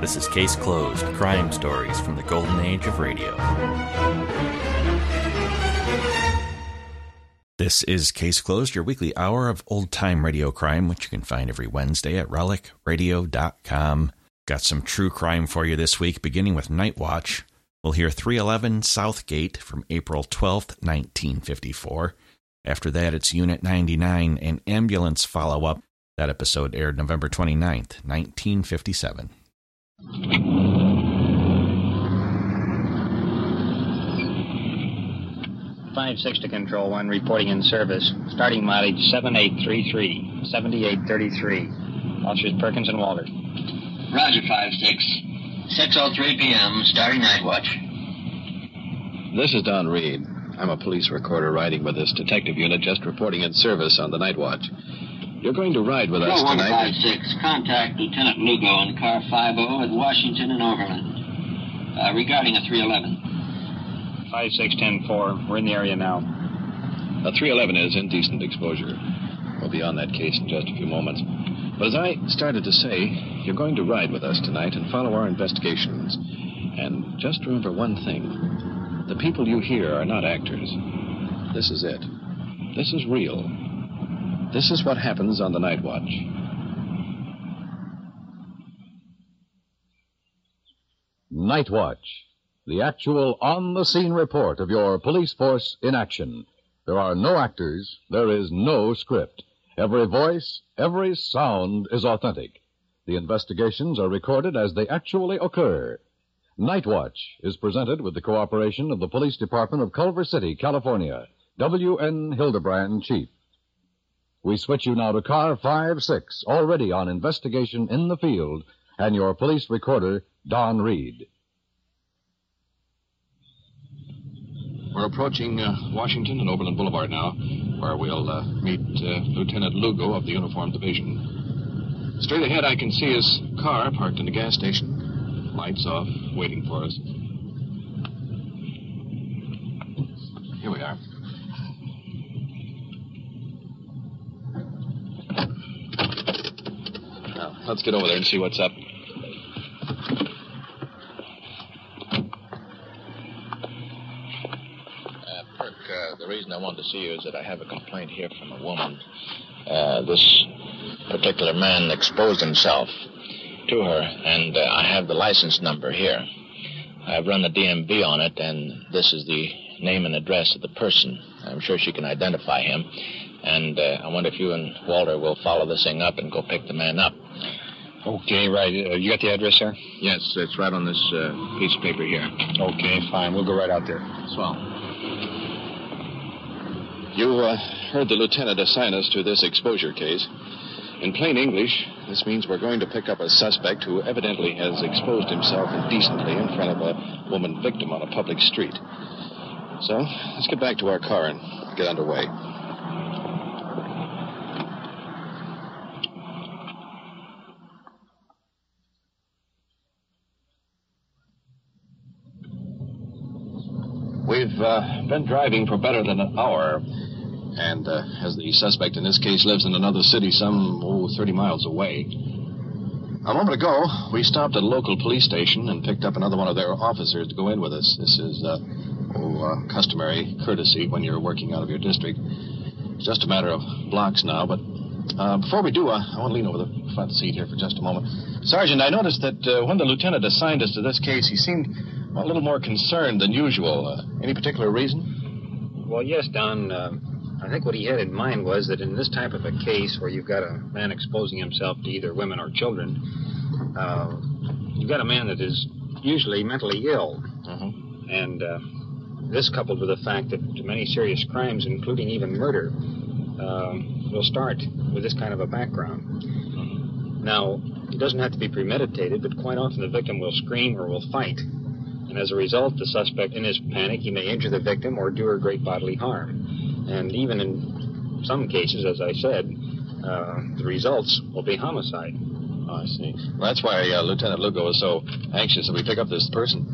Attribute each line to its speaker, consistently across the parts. Speaker 1: This is Case Closed Crime Stories from the Golden Age of Radio. This is Case Closed, your weekly hour of old time radio crime, which you can find every Wednesday at relicradio.com. Got some true crime for you this week, beginning with Night Watch. We'll hear 311 Southgate from April 12th, 1954. After that, it's Unit 99 and Ambulance follow up. That episode aired November 29th, 1957.
Speaker 2: Five six to control one, reporting in service. Starting mileage 7833, 7833. Officers Perkins and Walter.
Speaker 3: Roger, 5-6. 6.03 p.m., starting night watch.
Speaker 4: This is Don Reed. I'm a police recorder riding with this detective unit just reporting in service on the night watch. You're going to ride with us tonight.
Speaker 3: 4156, contact Lieutenant Lugo in car 50 at Washington and Overland. Uh, regarding a 311.
Speaker 2: Five six ten four. We're in the area now.
Speaker 4: A 311 is indecent exposure. We'll be on that case in just a few moments. But as I started to say, you're going to ride with us tonight and follow our investigations. And just remember one thing the people you hear are not actors. This is it. This is real. This is what happens on the night watch.
Speaker 5: Night Watch, the actual on the scene report of your police force in action. There are no actors, there is no script. Every voice, every sound is authentic. The investigations are recorded as they actually occur. Night Watch is presented with the cooperation of the Police Department of Culver City, California, W.N. Hildebrand, Chief. We switch you now to Car 5 6, already on investigation in the field, and your police recorder, Don Reed.
Speaker 4: We're approaching uh, Washington and Overland Boulevard now, where we'll uh, meet uh, Lieutenant Lugo of the Uniform Division. Straight ahead, I can see his car parked in the gas station, lights off, waiting for us. Here we are. Now, let's get over there and see what's up. Uh, Perk, uh, the reason I wanted to see you is that I have a complaint here from a woman. Uh, this particular man exposed himself to her, and uh, I have the license number here. I've run the DMV on it, and this is the name and address of the person. I'm sure she can identify him, and uh, I wonder if you and Walter will follow this thing up and go pick the man up.
Speaker 2: Okay, right. Uh, you got the address there?
Speaker 4: Yes, it's right on this uh, piece of paper here.
Speaker 2: Okay, fine. We'll go right out there.
Speaker 4: Swell. You uh, heard the lieutenant assign us to this exposure case. In plain English, this means we're going to pick up a suspect who evidently has exposed himself indecently in front of a woman victim on a public street. So, let's get back to our car and get underway. We've uh, been driving for better than an hour. And uh, as the suspect in this case lives in another city some, oh, 30 miles away. A moment ago, we stopped at a local police station and picked up another one of their officers to go in with us. This is uh, oh, uh, customary courtesy when you're working out of your district. It's just a matter of blocks now, but uh, before we do, uh, I want to lean over the front seat here for just a moment. Sergeant, I noticed that uh, when the lieutenant assigned us to this case, he seemed well, a little more concerned than usual. Uh, any particular reason?
Speaker 2: Well, yes, Don. Uh, I think what he had in mind was that in this type of a case where you've got a man exposing himself to either women or children, uh, you've got a man that is usually mentally ill. And uh, this, coupled with the fact that many serious crimes, including even murder, um, will start with this kind of a background. Now, it doesn't have to be premeditated, but quite often the victim will scream or will fight. And as a result, the suspect, in his panic, he may injure the victim or do her great bodily harm. And even in some cases, as I said, uh, the results will be homicide.
Speaker 4: Oh, I see. Well, that's why uh, Lieutenant Lugo was so anxious that we pick up this person.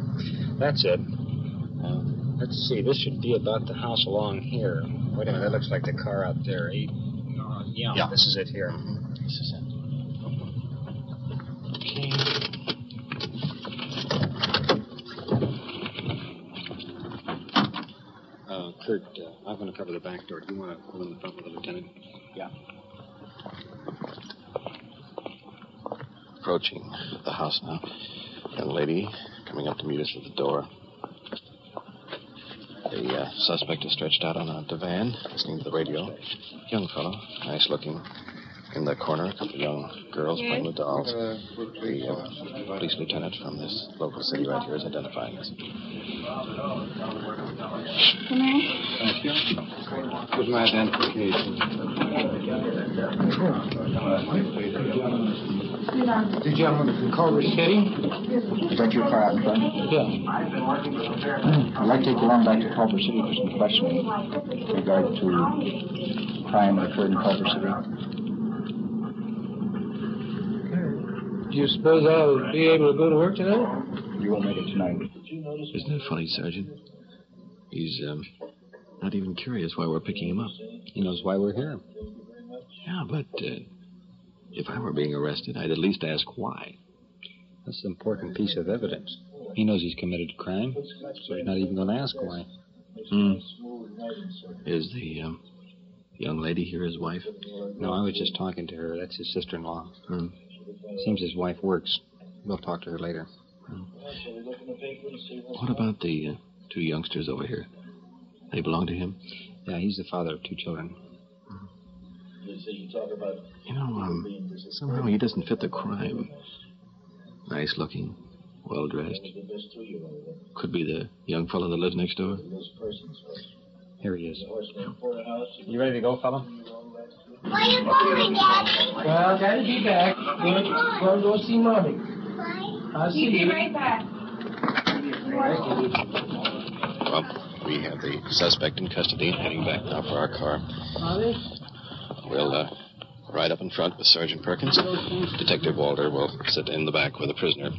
Speaker 2: That's it. Uh, let's see, this should be about the house along here. Wait a minute, that looks like the car out there. Eight, uh, yeah,
Speaker 4: Yeah.
Speaker 2: this is it here.
Speaker 4: This is it. Okay.
Speaker 2: Uh, Kurt, uh, I'm going to cover the back door. Do you want to go in the front with the lieutenant? Yeah.
Speaker 4: Approaching the house now. Young lady coming up to meet us at the door. The uh, suspect is stretched out on a divan, listening to the radio. Young fellow, nice looking. In the corner, a couple of young girls playing with dolls. The uh, police lieutenant from this local city right here is identifying us.
Speaker 2: Here's my identification. Two gentlemen from Culver City.
Speaker 6: Is that your car out in front?
Speaker 2: Yeah.
Speaker 6: I'd like to take you along back to Culver City for some questioning with regard to crime that occurred in Culver City.
Speaker 2: Do you suppose I'll be able to go to work tonight?
Speaker 6: You won't make it tonight.
Speaker 4: Isn't that funny, Sergeant? He's um, not even curious why we're picking him up.
Speaker 2: He knows why we're here.
Speaker 4: Yeah, but uh, if I were being arrested, I'd at least ask why.
Speaker 2: That's an important piece of evidence. He knows he's committed a crime, so he's not even going to ask why. Hmm.
Speaker 4: Is the um, young lady here his wife?
Speaker 2: No, I was just talking to her. That's his sister-in-law.
Speaker 4: Hmm.
Speaker 2: Seems his wife works. We'll talk to her later. Hmm.
Speaker 4: What about the uh, two youngsters over here? They belong to him?
Speaker 2: Yeah, he's the father of two children.
Speaker 4: You know, um, somehow he doesn't fit the crime. Nice looking, well dressed. Could be the young fellow that lives next door.
Speaker 2: Here he is. You ready to go, fella?
Speaker 7: Why are you calling, Daddy?
Speaker 8: Well, gotta be back. Gonna gonna go see mommy.
Speaker 7: Why?
Speaker 8: I'll see you.
Speaker 7: right back.
Speaker 4: Well, we have the suspect in custody and heading back now for our car.
Speaker 8: Mommy?
Speaker 4: We'll uh, ride up in front with Sergeant Perkins. Detective Walter will sit in the back with the prisoner.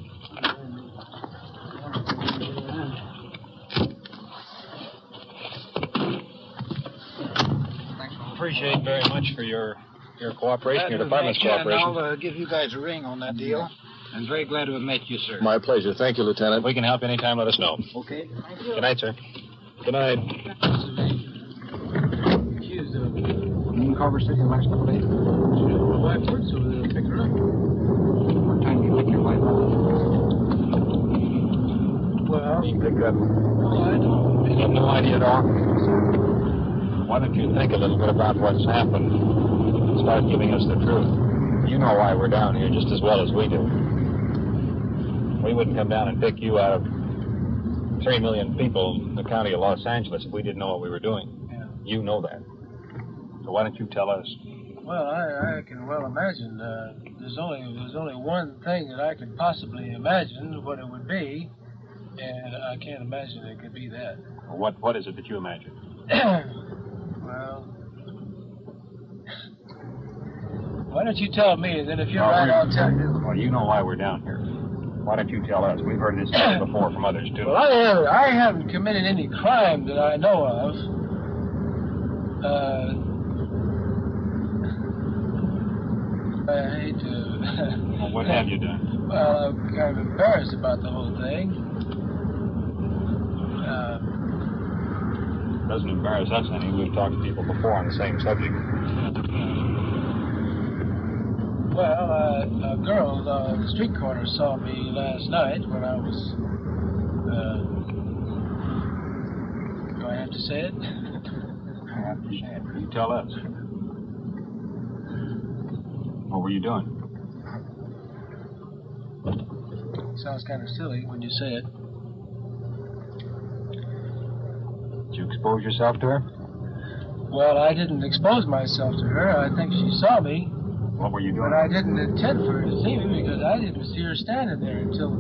Speaker 2: Appreciate very much for your your cooperation, your department's
Speaker 6: I'll
Speaker 2: cooperation.
Speaker 6: uh, give you guys a ring on that deal.
Speaker 2: I'm very glad to have met you, sir.
Speaker 4: My pleasure. Thank you, Lieutenant.
Speaker 2: If we can help you anytime, let us know.
Speaker 6: Okay.
Speaker 2: Good night, sir. Good night.
Speaker 6: In Culver City last couple days. What time do you pick your wife up?
Speaker 8: Well,
Speaker 2: You have no idea at all. Why don't you think a little bit about what's happened? and Start giving us the truth. You know why we're down here just as well as we do. We wouldn't come down and pick you out of three million people in the county of Los Angeles if we didn't know what we were doing. You know that. So why don't you tell us?
Speaker 8: well, I, I can well imagine. Uh, there's only there's only one thing that I could possibly imagine what it would be, and I can't imagine it could be that.
Speaker 2: What What is it that you imagine?
Speaker 8: well, why don't you tell me, and then if you're right, I'll tell you.
Speaker 2: Well, you know why we're down here. Why don't you tell us? We've heard this story before from others too.
Speaker 8: Well, I haven't, I haven't committed any crime that I know of. Uh, I hate to.
Speaker 2: Well, what have you done?
Speaker 8: well, I'm kind of embarrassed about the whole thing. Uh,
Speaker 2: doesn't embarrass us any. We've talked to people before on the same subject.
Speaker 8: well, uh, a girl on the street corner saw me last night when I was. Uh, do I have to say it?
Speaker 2: You tell us. What were you doing?
Speaker 8: Sounds kind of silly when you say it.
Speaker 2: Did you expose yourself to her?
Speaker 8: Well, I didn't expose myself to her. I think she saw me,
Speaker 2: What were you doing?
Speaker 8: but I didn't intend for her to see me because I didn't see her standing there until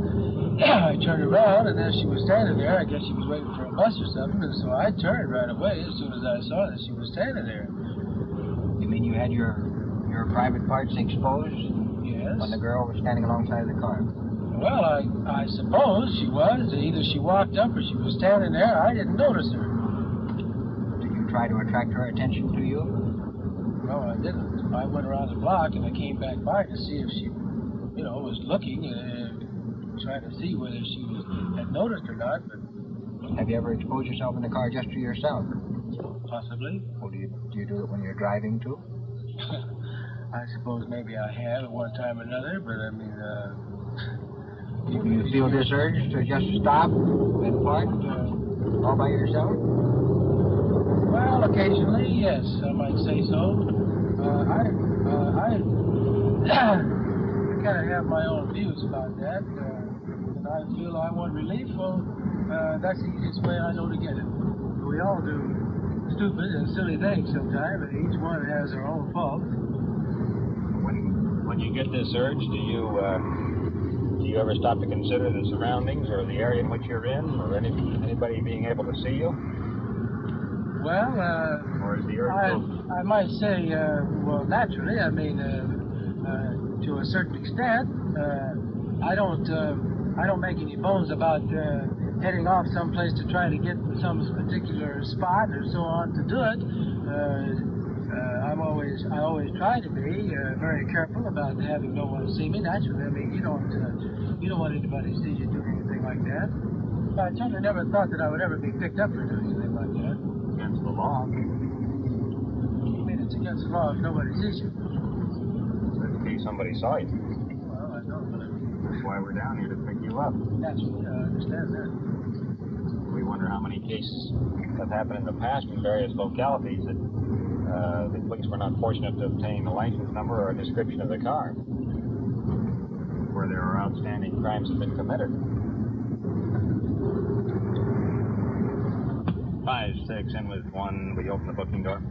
Speaker 8: I turned around, and then she was standing there. I guess she was waiting for a bus or something, and so I turned right away as soon as I saw that she was standing there.
Speaker 6: You mean you had your your private parts exposed
Speaker 8: Yes.
Speaker 6: when the girl was standing alongside the car?
Speaker 8: Well, I I suppose she was. Either she walked up or she was standing there. I didn't notice her.
Speaker 6: Did you try to attract her attention to you?
Speaker 8: No, I didn't. I went around the block and I came back by to see if she, you know, was looking and trying to see whether she was, had noticed or not. But
Speaker 6: Have you ever exposed yourself in the car just to yourself?
Speaker 8: Possibly.
Speaker 6: Or do you, do you do it when you're driving too?
Speaker 8: I suppose maybe I have at one time or another, but I mean, uh,
Speaker 6: Do you feel this urge to just stop and park uh, all by yourself?
Speaker 8: well, occasionally, yes, I might say so. Uh, I, uh, I, I kind of have my own views about that, uh, and I feel I want relief. Well, uh, that's the easiest way I know to get it. We all do stupid and silly things sometimes, and each one has their own fault.
Speaker 2: When, when you get this urge, do you uh, do you ever stop to consider the surroundings or the area in which you're in, or any, anybody being able to see you,
Speaker 8: Well, uh,
Speaker 2: or is the urge?
Speaker 8: I, I might say, uh, well, naturally, I mean, uh, uh, to a certain extent, uh, I don't, uh, I don't make any bones about uh, heading off someplace to try to get some particular spot or so on to do it. Uh, uh, I'm always, I always try to be uh, very careful about having no one see me. Naturally, I mean, you don't, uh, you don't want anybody to see you doing anything like that. I certainly never thought that I would ever be picked up for doing anything like that.
Speaker 2: against the law.
Speaker 8: I mean, it's against the law if nobody sees you.
Speaker 2: In case somebody saw you,
Speaker 8: Well, I know, but
Speaker 2: that's why we're down here to pick you up.
Speaker 8: that's, uh, I understand that.
Speaker 2: We wonder how many cases have happened in the past in various localities that uh, the police were not fortunate to obtain a license number or a description of the car, where there are outstanding crimes have been committed. Five, six, in with one. We open the booking door.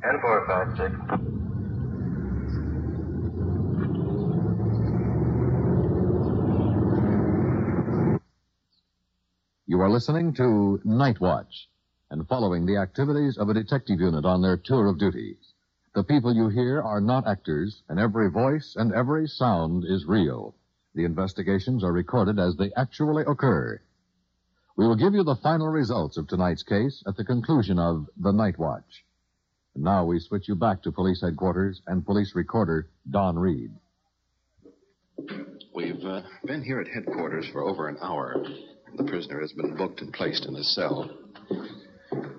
Speaker 3: Ten four five six.
Speaker 5: You are listening to Night Watch and following the activities of a detective unit on their tour of duty. The people you hear are not actors, and every voice and every sound is real. The investigations are recorded as they actually occur. We will give you the final results of tonight's case at the conclusion of The Night Watch. And now we switch you back to police headquarters and police recorder Don Reed.
Speaker 4: We've uh, been here at headquarters for over an hour. The prisoner has been booked and placed in his cell.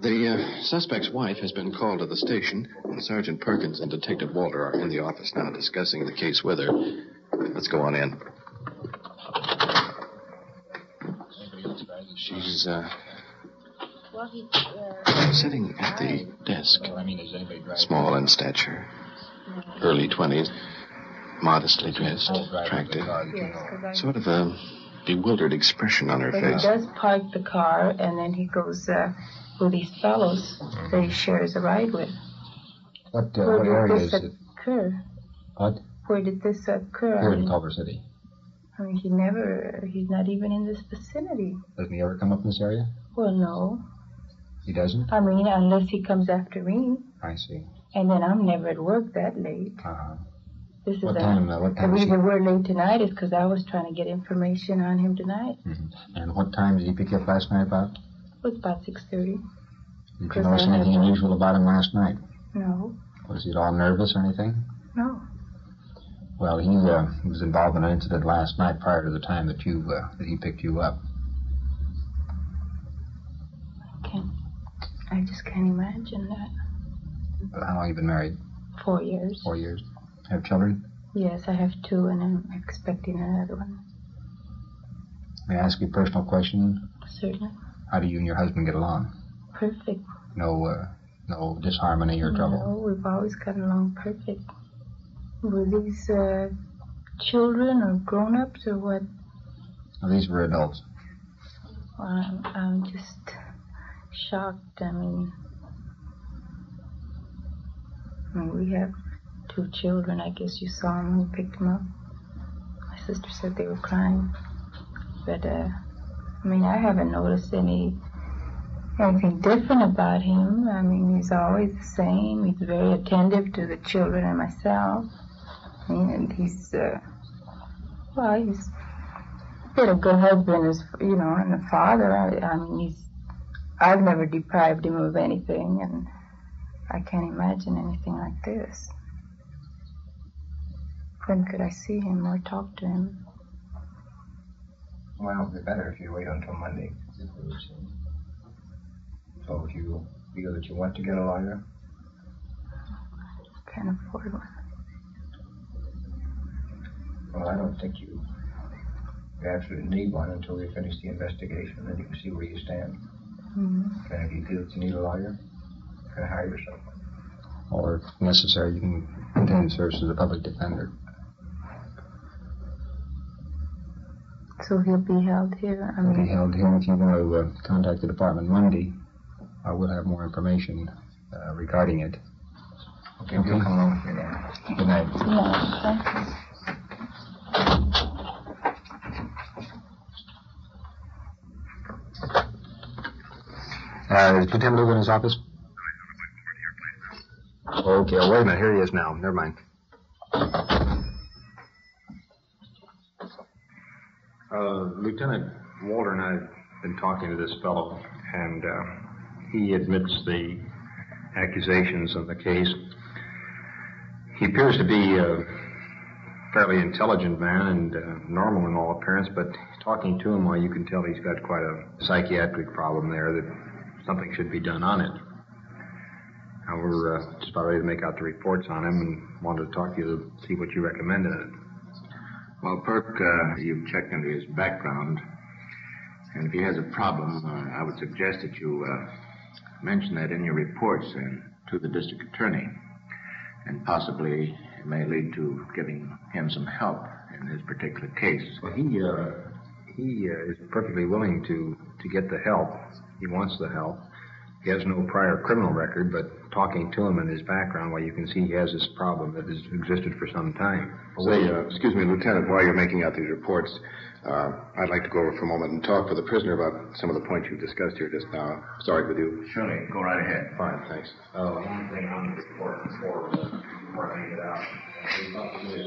Speaker 4: The uh, suspect's wife has been called to the station, and Sergeant Perkins and Detective Walter are in the office now discussing the case with her. Let's go on in. She's uh,
Speaker 7: Well, he, uh,
Speaker 4: sitting at the desk,
Speaker 2: I mean, is anybody driving?
Speaker 4: small in stature, early 20s, modestly dressed, attractive. Sort of a bewildered expression on her
Speaker 9: But he
Speaker 4: face.
Speaker 9: does park the car and then he goes uh, with these fellows that he shares a ride with.
Speaker 6: What, uh,
Speaker 9: Where
Speaker 6: what
Speaker 9: did
Speaker 6: area
Speaker 9: this
Speaker 6: is it?
Speaker 9: occur?
Speaker 6: What?
Speaker 9: Where did this occur?
Speaker 6: Here
Speaker 9: I
Speaker 6: in
Speaker 9: mean,
Speaker 6: Culver City.
Speaker 9: I mean, he never, he's not even in this vicinity.
Speaker 6: Doesn't he ever come up in this area?
Speaker 9: Well, no.
Speaker 6: He doesn't?
Speaker 9: I mean, unless he comes after me,
Speaker 6: I see.
Speaker 9: and then I'm never at work that late.
Speaker 6: Uh-huh.
Speaker 9: This is
Speaker 6: What
Speaker 9: a-
Speaker 6: time, uh, what
Speaker 9: the
Speaker 6: time is he?
Speaker 9: reason we're late tonight is because I was trying to get information on him tonight.
Speaker 6: And what time did he pick you up last night about?
Speaker 9: It was about six thirty.
Speaker 6: Did you
Speaker 9: Because
Speaker 6: notice
Speaker 9: I had
Speaker 6: anything
Speaker 9: to-
Speaker 6: unusual about him last night?
Speaker 9: No,
Speaker 6: Was he at all nervous or anything?
Speaker 9: no.
Speaker 6: Well, he uh, was involved in an incident last night prior to the time that you uh, that he picked you up.
Speaker 9: Can't. I just can't imagine that.
Speaker 6: But Uh, how long you been married?
Speaker 9: Four years.
Speaker 6: Four years. Have children?
Speaker 9: Yes, I have two, and I'm expecting another one.
Speaker 6: May I ask you a personal question?
Speaker 9: Certainly.
Speaker 6: How do you and your husband get along?
Speaker 9: Perfect.
Speaker 6: No, uh, no disharmony or trouble.
Speaker 9: No, we've always gotten along perfect. Were these uh, children or grown ups or what?
Speaker 6: Now, these were adults.
Speaker 9: Well, I'm, I'm just shocked. I mean, I mean, we have two children. I guess you saw them when you picked them up. My sister said they were crying, but uh, I mean, I haven't noticed any anything different about him. I mean, he's always the same. He's very attentive to the children and myself. I mean, and he's uh, well, he's been a good husband as you know and a father I, I mean he's I've never deprived him of anything and I can't imagine anything like this when could I see him or talk to him
Speaker 6: Well, it'd be better if you wait until Monday. So if you feel that you want to get a lawyer,
Speaker 9: Can't afford one.
Speaker 6: well, I don't think you, you absolutely need one until we finish the investigation, then you can see where you stand.
Speaker 9: Mhm.
Speaker 6: And if you feel that you need a lawyer, you can hire someone. Or if necessary, you can continue to serve as a public defender.
Speaker 9: So he'll be held here. I mean,
Speaker 6: held here. If you want to uh, contact the department Monday, I will have more information uh, regarding it. Okay, you'll come along with me then. Good night.
Speaker 9: yeah, thank you.
Speaker 6: Uh, is Lieutenant Lugo in his office? Okay, oh, wait a minute. Here he is now. Never mind. Uh, Lieutenant Walter and I have been talking to this fellow, and uh, he admits the accusations of the case. He appears to be a fairly intelligent man and uh, normal in all appearance, but talking to him, well, you can tell he's got quite a psychiatric problem there that something should be done on it. Now, we're uh, just about ready to make out the reports on him and wanted to talk to you to see what you recommend in it.
Speaker 10: Well, Perk, uh, you've checked into his background, and if he has a problem, uh, I would suggest that you uh, mention that in your reports and to the district attorney, and possibly it may lead to giving him some help in this particular case.
Speaker 6: Well, he uh, he uh, is perfectly willing to to get the help. He wants the help. He has no prior criminal record, but talking to him in his background, well, you can see he has this problem that has existed for some time.
Speaker 10: Say, uh, excuse me, Lieutenant, while you're making out these reports, uh, I'd like to go over for a moment and talk with the prisoner about some of the points you've discussed here just now. Sorry with you. Surely, go right ahead. Fine, thanks.
Speaker 6: Oh, one thing on the report before, before I get out.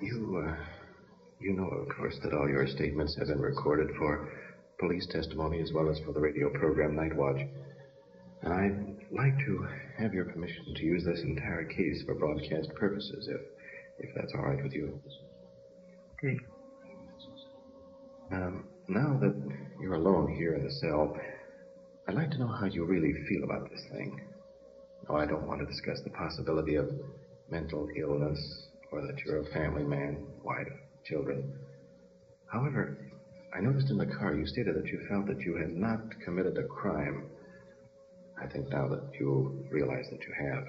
Speaker 10: You, uh, you know, of course, that all your statements have been recorded for police testimony as well as for the radio program Night Watch. And I'd like to have your permission to use this entire case for broadcast purposes, if, if that's all right with you.
Speaker 6: Okay.
Speaker 10: Um, now that you're alone here in the cell, I'd like to know how you really feel about this thing. No, I don't want to discuss the possibility of mental illness or that you're a family man, wife, children. However, I noticed in the car you stated that you felt that you had not committed a crime. I think now that you realize that you have.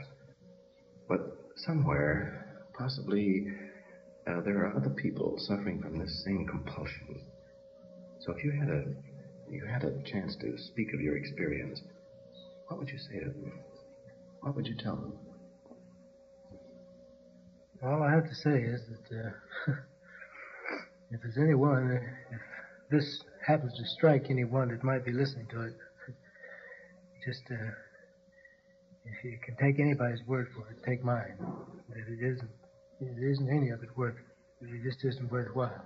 Speaker 10: But somewhere, possibly, uh, there are other people suffering from this same compulsion. So if you had a you had a chance to speak of your experience, what would you say to them? What would you tell them?
Speaker 11: All I have to say is that uh, if there's anyone, if this happens to strike anyone that might be listening to it, just uh, if you can take anybody's word for it, take mine. That it isn't, it isn't any of it worth. It It just isn't worthwhile.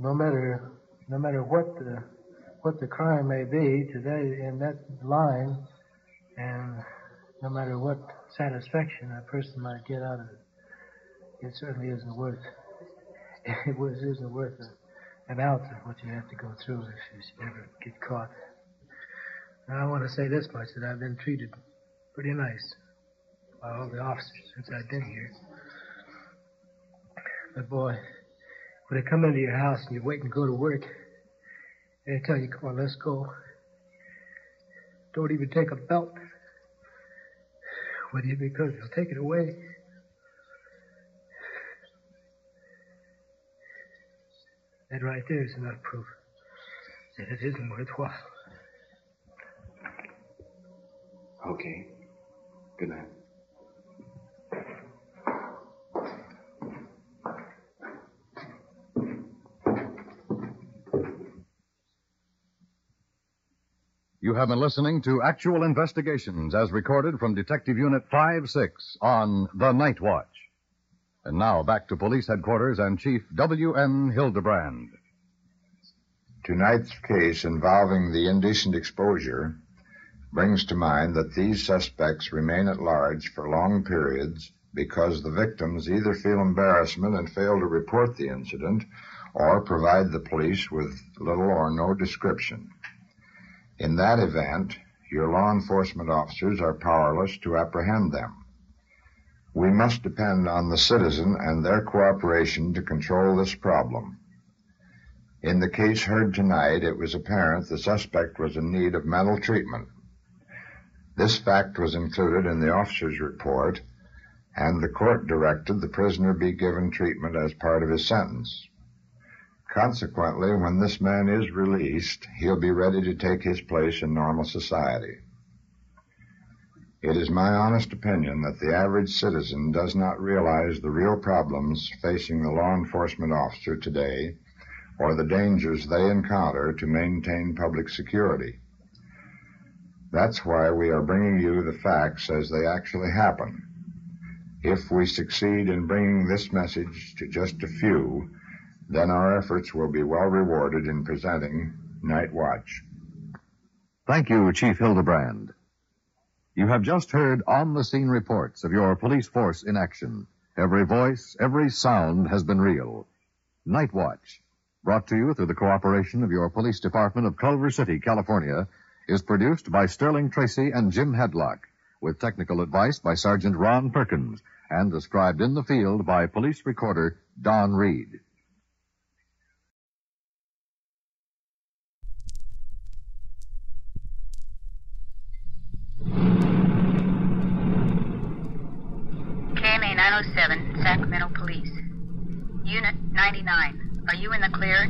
Speaker 11: No matter, no matter what the what the crime may be today in that line, and no matter what satisfaction a person might get out of it, it certainly isn't worth. It was isn't worth a, an ounce of what you have to go through if you should ever get caught. And I want to say this much that I've been treated pretty nice by all the officers since I've been here. But boy, when they come into your house and you wait and go to work, and they tell you, "Come on, let's go." Don't even take a belt with you because they'll take it away. That right there is enough proof that it isn't worthwhile.
Speaker 10: Okay. Good night.
Speaker 5: You have been listening to Actual Investigations as recorded from Detective Unit 5 6 on The Night Watch. And now back to Police Headquarters and Chief W.N. Hildebrand.
Speaker 12: Tonight's case involving the indecent exposure brings to mind that these suspects remain at large for long periods because the victims either feel embarrassment and fail to report the incident or provide the police with little or no description. In that event, your law enforcement officers are powerless to apprehend them. We must depend on the citizen and their cooperation to control this problem. In the case heard tonight, it was apparent the suspect was in need of mental treatment. This fact was included in the officer's report, and the court directed the prisoner be given treatment as part of his sentence. Consequently, when this man is released, he'll be ready to take his place in normal society. It is my honest opinion that the average citizen does not realize the real problems facing the law enforcement officer today or the dangers they encounter to maintain public security. That's why we are bringing you the facts as they actually happen. If we succeed in bringing this message to just a few, then our efforts will be well rewarded in presenting Night Watch.
Speaker 5: Thank you, Chief Hildebrand. You have just heard on the scene reports of your police force in action. Every voice, every sound has been real. Night Watch, brought to you through the cooperation of your police department of Culver City, California, is produced by Sterling Tracy and Jim Hedlock, with technical advice by Sergeant Ron Perkins, and described in the field by police recorder Don Reed.
Speaker 13: KMA 907, Sacramento Police. Unit 99, are you in the clear?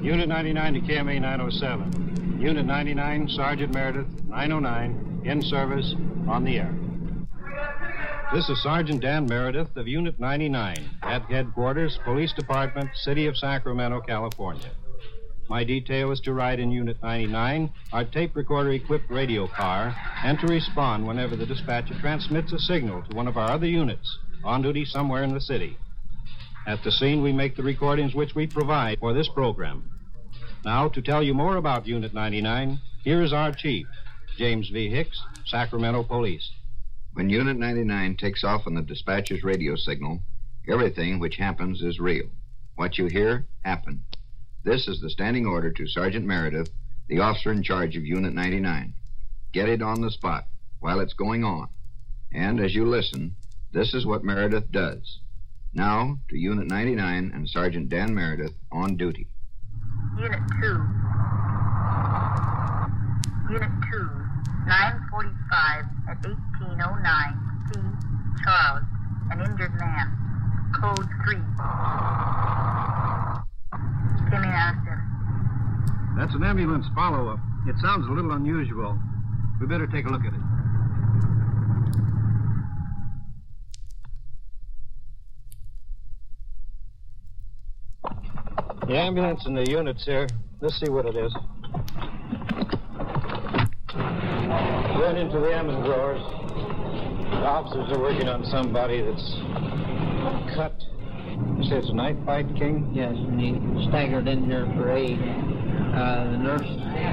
Speaker 14: Unit 99 to KMA 907. Unit 99, Sergeant Meredith, 909, in service, on the air. This is Sergeant Dan Meredith of Unit 99 at Headquarters, Police Department, City of Sacramento, California. My detail is to ride in Unit 99, our tape recorder equipped radio car, and to respond whenever the dispatcher transmits a signal to one of our other units on duty somewhere in the city. At the scene, we make the recordings which we provide for this program. Now, to tell you more about Unit 99, here is our chief, James V. Hicks, Sacramento Police.
Speaker 15: When Unit 99 takes off on the dispatcher's radio signal, everything which happens is real. What you hear, happened. This is the standing order to Sergeant Meredith, the officer in charge of Unit 99. Get it on the spot while it's going on. And as you listen, this is what Meredith does. Now to Unit 99 and Sergeant Dan Meredith on duty.
Speaker 13: Unit 2. Unit 2, 945 at 1809. C. Charles, an injured man. Code 3. Kimmy Aston.
Speaker 14: That's an ambulance follow up. It sounds a little unusual. We better take a look at it. The ambulance and the units here. Let's see what it is. Went into the ambulance drawers. The officers are working on somebody that's cut. You say it's a knife fight, King?
Speaker 16: Yes, and he staggered in here for aid. Uh, the nurse,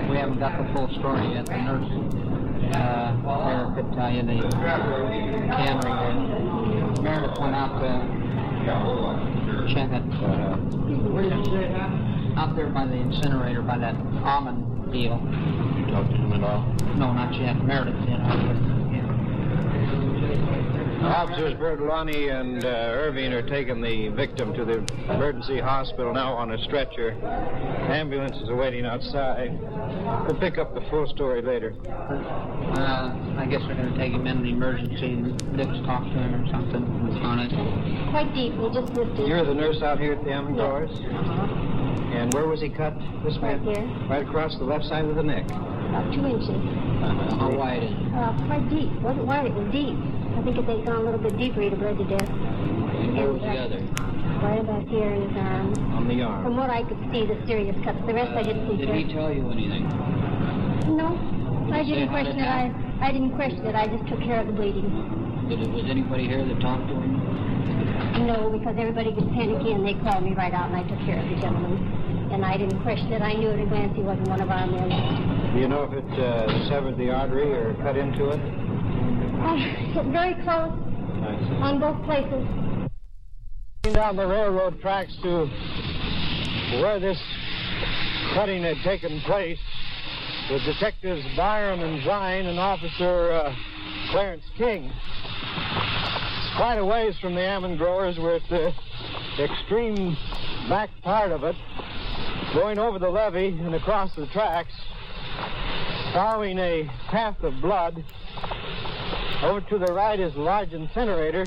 Speaker 16: we haven't got the full story yet. The nurse, uh, Meredith could tell you the camera there. Meredith went out to check it. Out there by the incinerator, by that almond deal. You
Speaker 15: talked to him at all?
Speaker 16: No, not yet. Meredith did. I was-
Speaker 14: Officers Bertolani and uh, Irving are taking the victim to the emergency hospital now on a stretcher. Ambulance is waiting outside. We'll pick up the full story later.
Speaker 16: Uh, I guess they're going to take him in the emergency and Dick's talk to him or something on it.
Speaker 7: Quite deep. We just lifted.
Speaker 14: You're the nurse out here at the ambulance doors?
Speaker 16: Uh-huh.
Speaker 14: And where was he cut? This
Speaker 7: Right
Speaker 14: man?
Speaker 7: here.
Speaker 14: Right across the left side of the neck.
Speaker 7: About two inches.
Speaker 16: Uh-huh. How wide is it?
Speaker 7: Uh, quite deep. Wasn't wide. It was deep. I think if they'd gone a little bit deeper, he'd have bled to death.
Speaker 16: And where was the other?
Speaker 7: Right about here in his arm.
Speaker 16: On the arm. Uh,
Speaker 7: From what I could see, the serious cuts. The rest I didn't see.
Speaker 16: Did
Speaker 7: very-
Speaker 16: he tell you anything?
Speaker 7: No. I didn't
Speaker 17: say how
Speaker 7: question
Speaker 17: that
Speaker 7: it. I, I didn't question it. I just took care of the bleeding.
Speaker 17: Did, was anybody here that talked to him?
Speaker 7: No, because everybody gets panicky and they called me right out and I took care of the gentleman. And I didn't question it. I knew at a glance he wasn't one of our men.
Speaker 16: Do you know if it uh, severed the artery or cut into it?
Speaker 7: I hit very close on both places.
Speaker 16: Down the railroad tracks to where this cutting had taken place, the detectives Byron and Vine and Officer uh, Clarence King. It's quite a ways from the almond growers. We're at the extreme back part of it, going over the levee and across the tracks, following a path of blood. Over to the right is the large incinerator.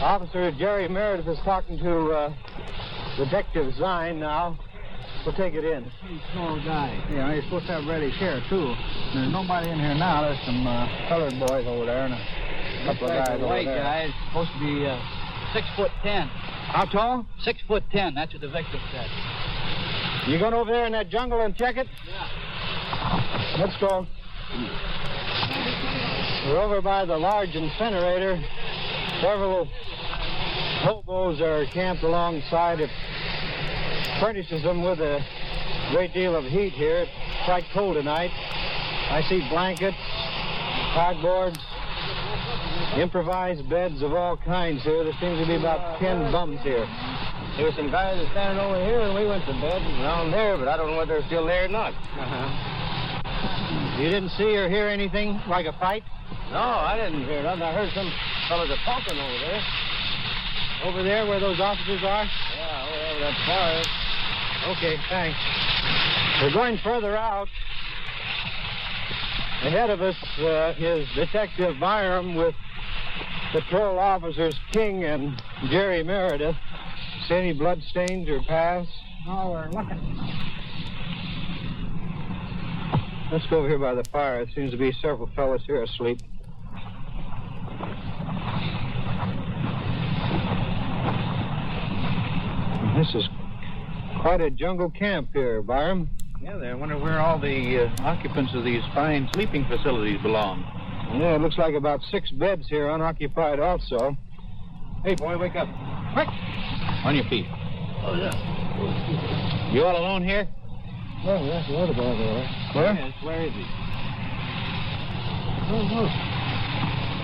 Speaker 16: Officer Jerry Meredith is talking to uh, Detective Zine now. We'll take it in.
Speaker 1: Small guy. Yeah, you're supposed to have reddish hair, too. There's nobody in here now. There's some uh, colored boys over there and a couple of
Speaker 17: Looks like
Speaker 1: guys
Speaker 17: a
Speaker 1: over
Speaker 17: white
Speaker 1: there.
Speaker 17: guy. It's supposed to be uh, six foot ten.
Speaker 16: How tall?
Speaker 17: Six foot ten. That's what the victim said.
Speaker 16: You going over there in that jungle and check it? Yeah. Let's go. We're over by the large incinerator. Several hobos are camped alongside. It furnishes them with a great deal of heat here. It's quite cold tonight. I see blankets, cardboards, improvised beds of all kinds here. There seems to be about ten bums here. There's some guys that standing over here, and we went to bed down there, but I don't know whether they're still there or not. Uh-huh. You didn't see or hear anything like a fight? No, I didn't hear nothing. I heard some fellas are talking over there. Over there where those officers are? Yeah, over there that bar. Okay, thanks. We're going further out. Ahead of us uh, is Detective Byram with patrol officers King and Jerry Meredith. See any blood stains or paths?
Speaker 1: No, we're looking.
Speaker 16: Let's go over here by the fire. There seems to be several fellas here asleep. This is quite a jungle camp here, Byram.
Speaker 1: Yeah, there. I wonder where all the uh, occupants of these fine sleeping facilities belong.
Speaker 16: Yeah, it looks like about six beds here unoccupied also. Hey, boy, wake up. Quick!
Speaker 1: On your feet.
Speaker 16: Oh, yeah.
Speaker 1: You all alone here?
Speaker 16: Well, that's the other guy there. Where?
Speaker 1: Yes, where is he?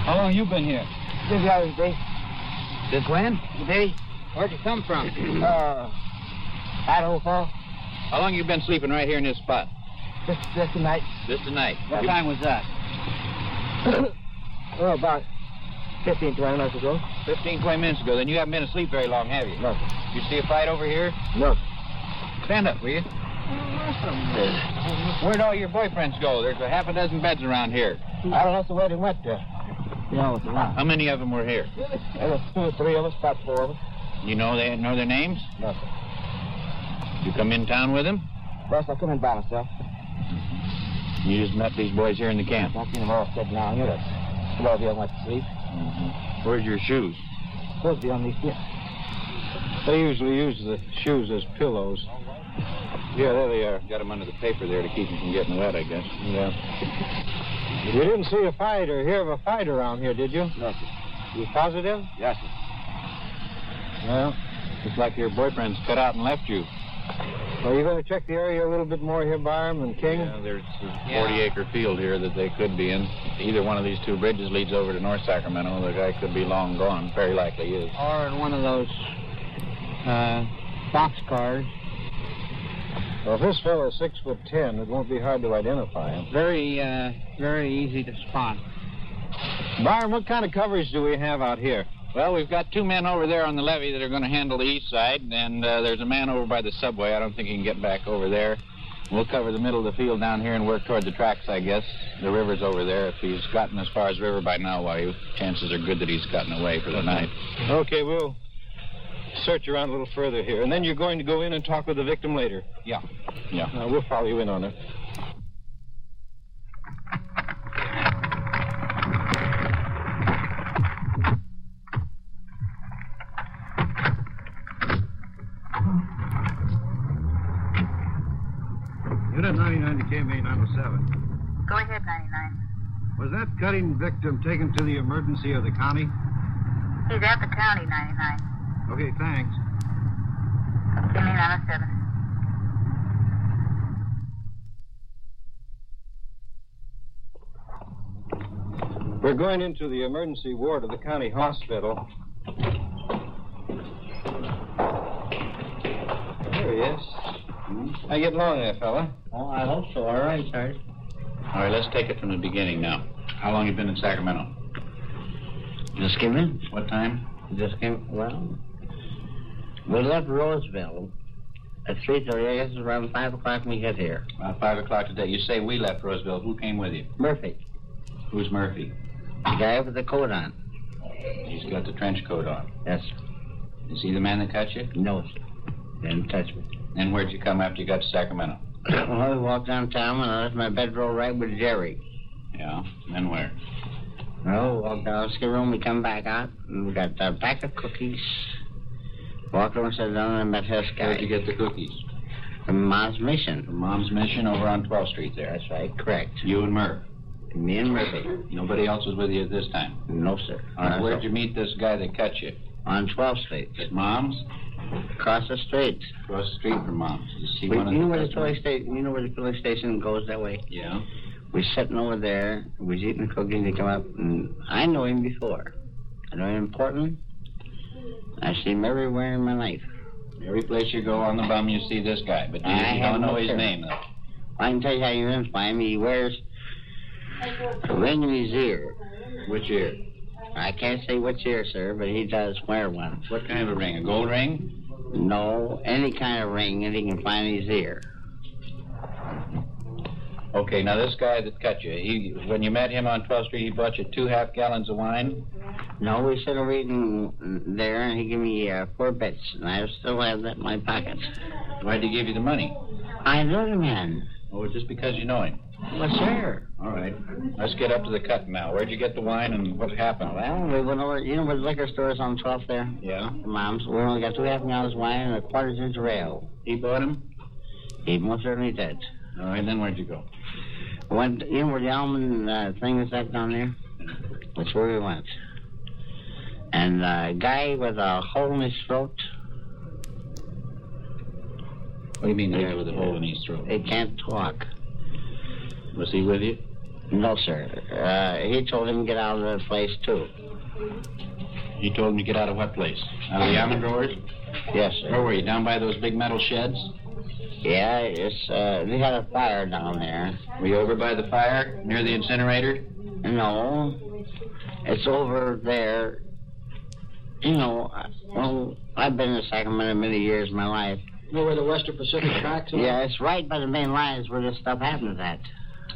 Speaker 1: How long you been here?
Speaker 16: This guy day.
Speaker 1: Since when?
Speaker 16: Today?
Speaker 1: Where'd you come from?
Speaker 16: Uh, Idaho Falls.
Speaker 1: How long you been sleeping right here in this spot?
Speaker 16: Just, just tonight.
Speaker 1: Just tonight.
Speaker 16: What
Speaker 1: You-
Speaker 16: time was that? well, about 15, 20 minutes ago.
Speaker 1: 15, 20 minutes ago. Then you haven't been asleep very long, have you? No. You see a fight over here?
Speaker 16: No.
Speaker 1: Stand up, will you? Where'd all your boyfriends go? There's a half a dozen beds around here.
Speaker 16: I don't know if the way they went there. Yeah, it was around.
Speaker 1: How many of them were here?
Speaker 16: There was two or three of us, about four of us.
Speaker 1: You know they know their names?
Speaker 16: Nothing.
Speaker 1: You come in town with them?
Speaker 16: First, I come in by myself.
Speaker 1: You just met these boys here in the camp.
Speaker 16: I seen them all sitting down here. That's a lot of them went to sleep.
Speaker 1: Mm-hmm. Where's your shoes?
Speaker 16: Supposed to be on these here. They usually use the shoes as pillows.
Speaker 1: Yeah, there they are. Got them under the paper there to keep them from getting wet, I guess.
Speaker 16: Yeah. You didn't see a fight or hear of a fight around here, did you? Nothing. You positive?
Speaker 1: Yes, sir. Well, looks like your boyfriend's cut out and left you.
Speaker 16: Well, you better check the area a little bit more here, Byram and King.
Speaker 1: Yeah, there's a 40 acre field here that they could be in. Either one of these two bridges leads over to North Sacramento. The guy could be long gone. Very likely is.
Speaker 17: Or in one of those uh, boxcars.
Speaker 16: Well, if this fellow is six foot ten, it won't be hard to identify him.
Speaker 17: Very, uh, very easy to spot.
Speaker 16: Byron, what kind of coverage do we have out here?
Speaker 1: Well, we've got two men over there on the levee that are going to handle the east side, and uh, there's a man over by the subway. I don't think he can get back over there. We'll cover the middle of the field down here and work toward the tracks, I guess. The river's over there. If he's gotten as far as river by now, why, chances are good that he's gotten away for the night.
Speaker 16: Okay, we'll search around a little further here, and then you're going to go in and talk with the victim later.
Speaker 1: Yeah. Yeah.
Speaker 16: Uh, we'll follow you in on it.
Speaker 14: Unit 99 to KMA 907.
Speaker 13: Go ahead, 99.
Speaker 14: Was that cutting victim taken to the emergency or the county?
Speaker 13: He's at the county, 99.
Speaker 14: Okay, thanks.
Speaker 13: Give me 907.
Speaker 18: We're going into the emergency ward of the county hospital.
Speaker 16: There he is. How you get along there, fella?
Speaker 17: Well, I hope so. All right, Sarge.
Speaker 16: All right, let's take it from the beginning now. How long you been in Sacramento?
Speaker 17: Just came in?
Speaker 16: What time?
Speaker 17: Just came, well, we left Roseville at 3.30, I guess it's around 5 o'clock when we get here.
Speaker 16: About five o'clock today. You say we left Roseville. Who came with you?
Speaker 17: Murphy,
Speaker 16: Who's Murphy?
Speaker 17: the guy with the coat on.
Speaker 16: He's got the trench coat on.
Speaker 17: Yes,
Speaker 16: Is he the man that cut you?
Speaker 17: no, sir. Didn't touch me.
Speaker 16: And where'd you come after you got to Sacramento?
Speaker 17: well, we walked downtown and I left my bedroll right with Jerry.
Speaker 16: Yeah. And then where?
Speaker 17: Well, we walked out of the skid room, we come back out, and we got a pack of cookies. Walked over and sat down and met this guy.
Speaker 16: Where'd you get the cookies?
Speaker 17: From Mom's Mission.
Speaker 16: From Mom's Mission over on 12th Street there.
Speaker 17: That's right, correct.
Speaker 16: You and Murph.
Speaker 17: Me and Murphy.
Speaker 16: Nobody else was with you at this time.
Speaker 17: No, sir. Uh,
Speaker 16: All right,
Speaker 17: No,
Speaker 16: where'd
Speaker 17: sir.
Speaker 16: you meet this guy that cut you?
Speaker 17: On 12th Street.
Speaker 16: At Mom's?
Speaker 17: Across the street.
Speaker 16: Across the street from Mom's. Is he
Speaker 17: We-
Speaker 16: one of
Speaker 17: you know
Speaker 16: the
Speaker 17: where the
Speaker 16: customers?
Speaker 17: filling station? You know where the filling station goes that way?
Speaker 16: Yeah.
Speaker 17: We sitting over there. We was eating the cookies. He come up, and I know him before. I know him in Portland. I see him everywhere in my life.
Speaker 16: Every place you go on the bum, you see this guy, but you,
Speaker 17: I
Speaker 16: you don't
Speaker 17: have
Speaker 16: know
Speaker 17: no
Speaker 16: his
Speaker 17: clue.
Speaker 16: name, though.
Speaker 17: I can tell you how you identify him. He wears a ring in his ear.
Speaker 16: Which ear?
Speaker 17: I can't say which ear, sir, but he does wear one.
Speaker 16: What kind of a ring? A gold ring?
Speaker 17: No, any kind of ring that he can find in his ear.
Speaker 16: Okay, now this guy that cut you, he when you met him on 12th Street, he bought you two half gallons of wine.
Speaker 17: No, we sit over eating there, and he gave me uh, four bits, and I still have that in my pocket.
Speaker 16: Why'd he give you the money?
Speaker 17: I know the man.
Speaker 16: Oh, just because you know him.
Speaker 17: Well, sir.
Speaker 16: All right, let's get up to the cut now. Where'd you get the wine and what happened?
Speaker 17: Well, we went over, you know where the liquor store is on 12th there?
Speaker 16: Yeah.
Speaker 17: Mom's. We only got two half gallons of wine and a quarter inch of ale.
Speaker 16: He bought him?
Speaker 17: He most certainly did.
Speaker 16: All right, then where'd you go?
Speaker 17: Went, you know where the almond uh, thing is that down there? That's where we went. And a guy with a hole in his throat,
Speaker 16: What do you mean the guy with the hole in his throat?
Speaker 17: he can't talk.
Speaker 16: Was he with you?
Speaker 17: No, sir. Uh, he told him to get out of the place, too.
Speaker 16: You told him to get out of what place? Out of the almond growers?
Speaker 17: Yes, sir.
Speaker 16: Where were you? Down by those big metal sheds?
Speaker 17: Yeah, it's, uh, they had a fire down there.
Speaker 16: Were you over by the fire, near the incinerator?
Speaker 17: No, it's over there. You know, I- well, I've been in Sacramento many years of my life.
Speaker 2: You know where the Western Pacific tracks are?
Speaker 17: Yeah, it's right by the main lines where this stuff happened at.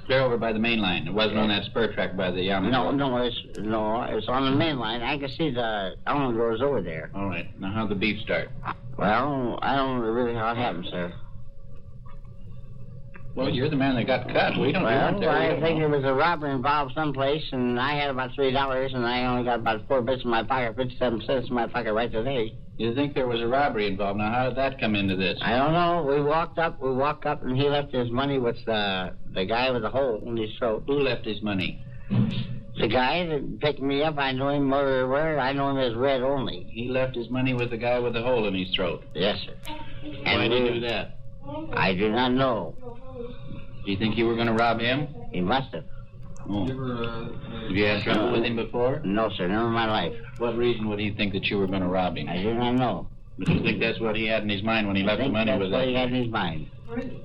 Speaker 16: Clear over by the main line. It wasn't on that spur track by the almond
Speaker 17: No,
Speaker 16: growers.
Speaker 17: no, it's no, it's on the main line. I can see the almond growers over there.
Speaker 16: All right. Now how'd the beef start?
Speaker 17: Well, I don't know really how it happened, sir.
Speaker 16: Well, you're the man that got cut. We don't. we
Speaker 17: Well,
Speaker 16: weren't there. We
Speaker 17: I
Speaker 16: don't
Speaker 17: think
Speaker 16: know.
Speaker 17: there was a robbery involved someplace, and I had about three dollars, and I only got about four bits in my pocket, fifty-seven cents in my pocket right today.
Speaker 16: You think there was a robbery involved? Now how did that come into this?
Speaker 17: I don't know. We walked up. We walked up, and he left his money with the the guy with the hole in his throat.
Speaker 16: Who left his money?
Speaker 17: The guy that picked me up. I know him everywhere. I know him as Red only.
Speaker 16: He left his money with the guy with the hole in his throat.
Speaker 17: Yes, sir.
Speaker 16: Why
Speaker 17: And
Speaker 16: did
Speaker 17: we-
Speaker 16: he do that?
Speaker 17: I do not know.
Speaker 16: Do you think you were going to rob him?
Speaker 17: He must have.
Speaker 16: Oh. Have you had trouble with him before?
Speaker 17: No, sir. Never in my life.
Speaker 16: What reason would he think that you were going to rob him?
Speaker 17: I do not know.
Speaker 16: But you think that's what he had in his mind when he
Speaker 17: I
Speaker 16: left the
Speaker 17: think
Speaker 16: money
Speaker 17: that's
Speaker 16: with
Speaker 17: what
Speaker 16: that?
Speaker 17: he had in his mind.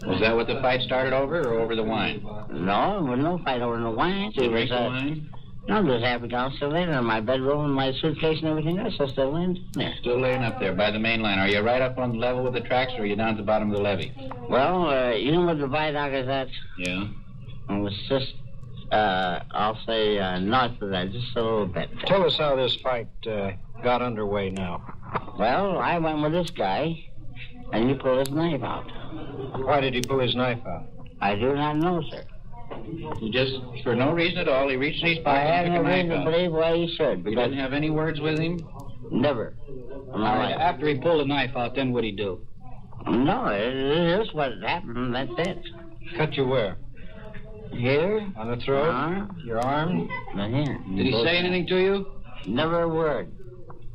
Speaker 16: Was that what the fight started over, or over the wine?
Speaker 17: No, there was no fight over no wine.
Speaker 16: Did you
Speaker 17: It was
Speaker 16: drink the
Speaker 17: uh,
Speaker 16: wine?
Speaker 17: no, there's half a gallon still in there. My bedroll and my suitcase and everything else is still in there.
Speaker 16: Still laying up there by the main line. Are you right up on the level with the tracks, or are you down at the bottom of the levee?
Speaker 17: Well, uh, you know what the viaduct is at?
Speaker 16: Yeah.
Speaker 17: It was just, uh, I'll say uh, north of that, just a little bit.
Speaker 14: Tell us how this fight uh, got underway now.
Speaker 17: Well, I went with this guy, and he pulled his knife out.
Speaker 14: Why did he pull his knife out?
Speaker 17: I do not know, sir.
Speaker 16: He just, for no reason at all, he reached in his
Speaker 17: I
Speaker 16: pocket
Speaker 17: have
Speaker 16: and took
Speaker 17: no
Speaker 16: a
Speaker 17: reason
Speaker 16: knife
Speaker 17: to
Speaker 16: out.
Speaker 17: believe why he should,
Speaker 16: You
Speaker 17: because
Speaker 16: didn't have any words with him?
Speaker 17: never. in my life.
Speaker 2: after he pulled the knife out, then what'd he do?
Speaker 17: No, it it is what happened. That's it.
Speaker 14: Cut you where?
Speaker 17: Here? Uh-huh. Uh, On the throat? Your arm? My hand.
Speaker 16: Did he say anything to you?
Speaker 17: Never a word.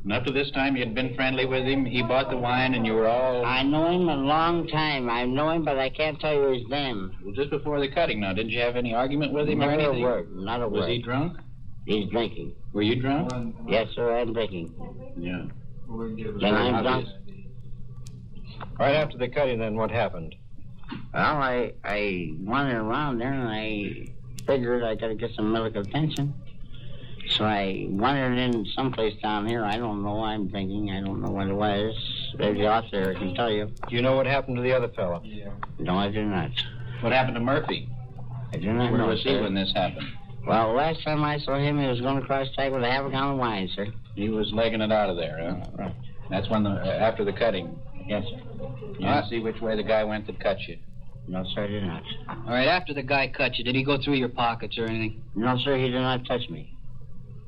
Speaker 16: And up to this time, you'd been friendly with him. He bought the wine, and you were all.
Speaker 17: I know him a long time. I know him, but I can't tell you his name.
Speaker 16: Well, just before the cutting now, didn't you have any argument with him or
Speaker 17: Not a
Speaker 16: anything?
Speaker 17: word, not a
Speaker 16: Was
Speaker 17: word.
Speaker 16: he drunk?
Speaker 17: He's drinking.
Speaker 16: Were you drunk?
Speaker 17: Yes, sir, I'm drinking.
Speaker 16: Yeah.
Speaker 17: Then I'm drunk.
Speaker 16: Right after the cutting, then what happened?
Speaker 17: Well, I, I wandered around there and I figured I gotta get some medical attention. So I wandered in someplace down here. I don't know why I'm thinking. I don't know what it was. There's the officer here can tell you.
Speaker 16: Do you know what happened to the other fellow?
Speaker 17: No, I do not.
Speaker 16: What happened to Murphy?
Speaker 17: I do not
Speaker 16: Where
Speaker 17: know,
Speaker 16: was he
Speaker 17: sir.
Speaker 16: when this happened?
Speaker 17: Well, last time I saw him, he was going to cross track with a half a gallon of wine, sir.
Speaker 16: He was legging it out of there, huh? Right. That's when the uh, after the cutting.
Speaker 17: Yes, sir.
Speaker 16: You didn't see which way the guy went that cut you.
Speaker 17: No, sir, I did not.
Speaker 19: All right, after the guy cut you, did he go through your pockets or anything?
Speaker 17: No, sir, he did not touch me.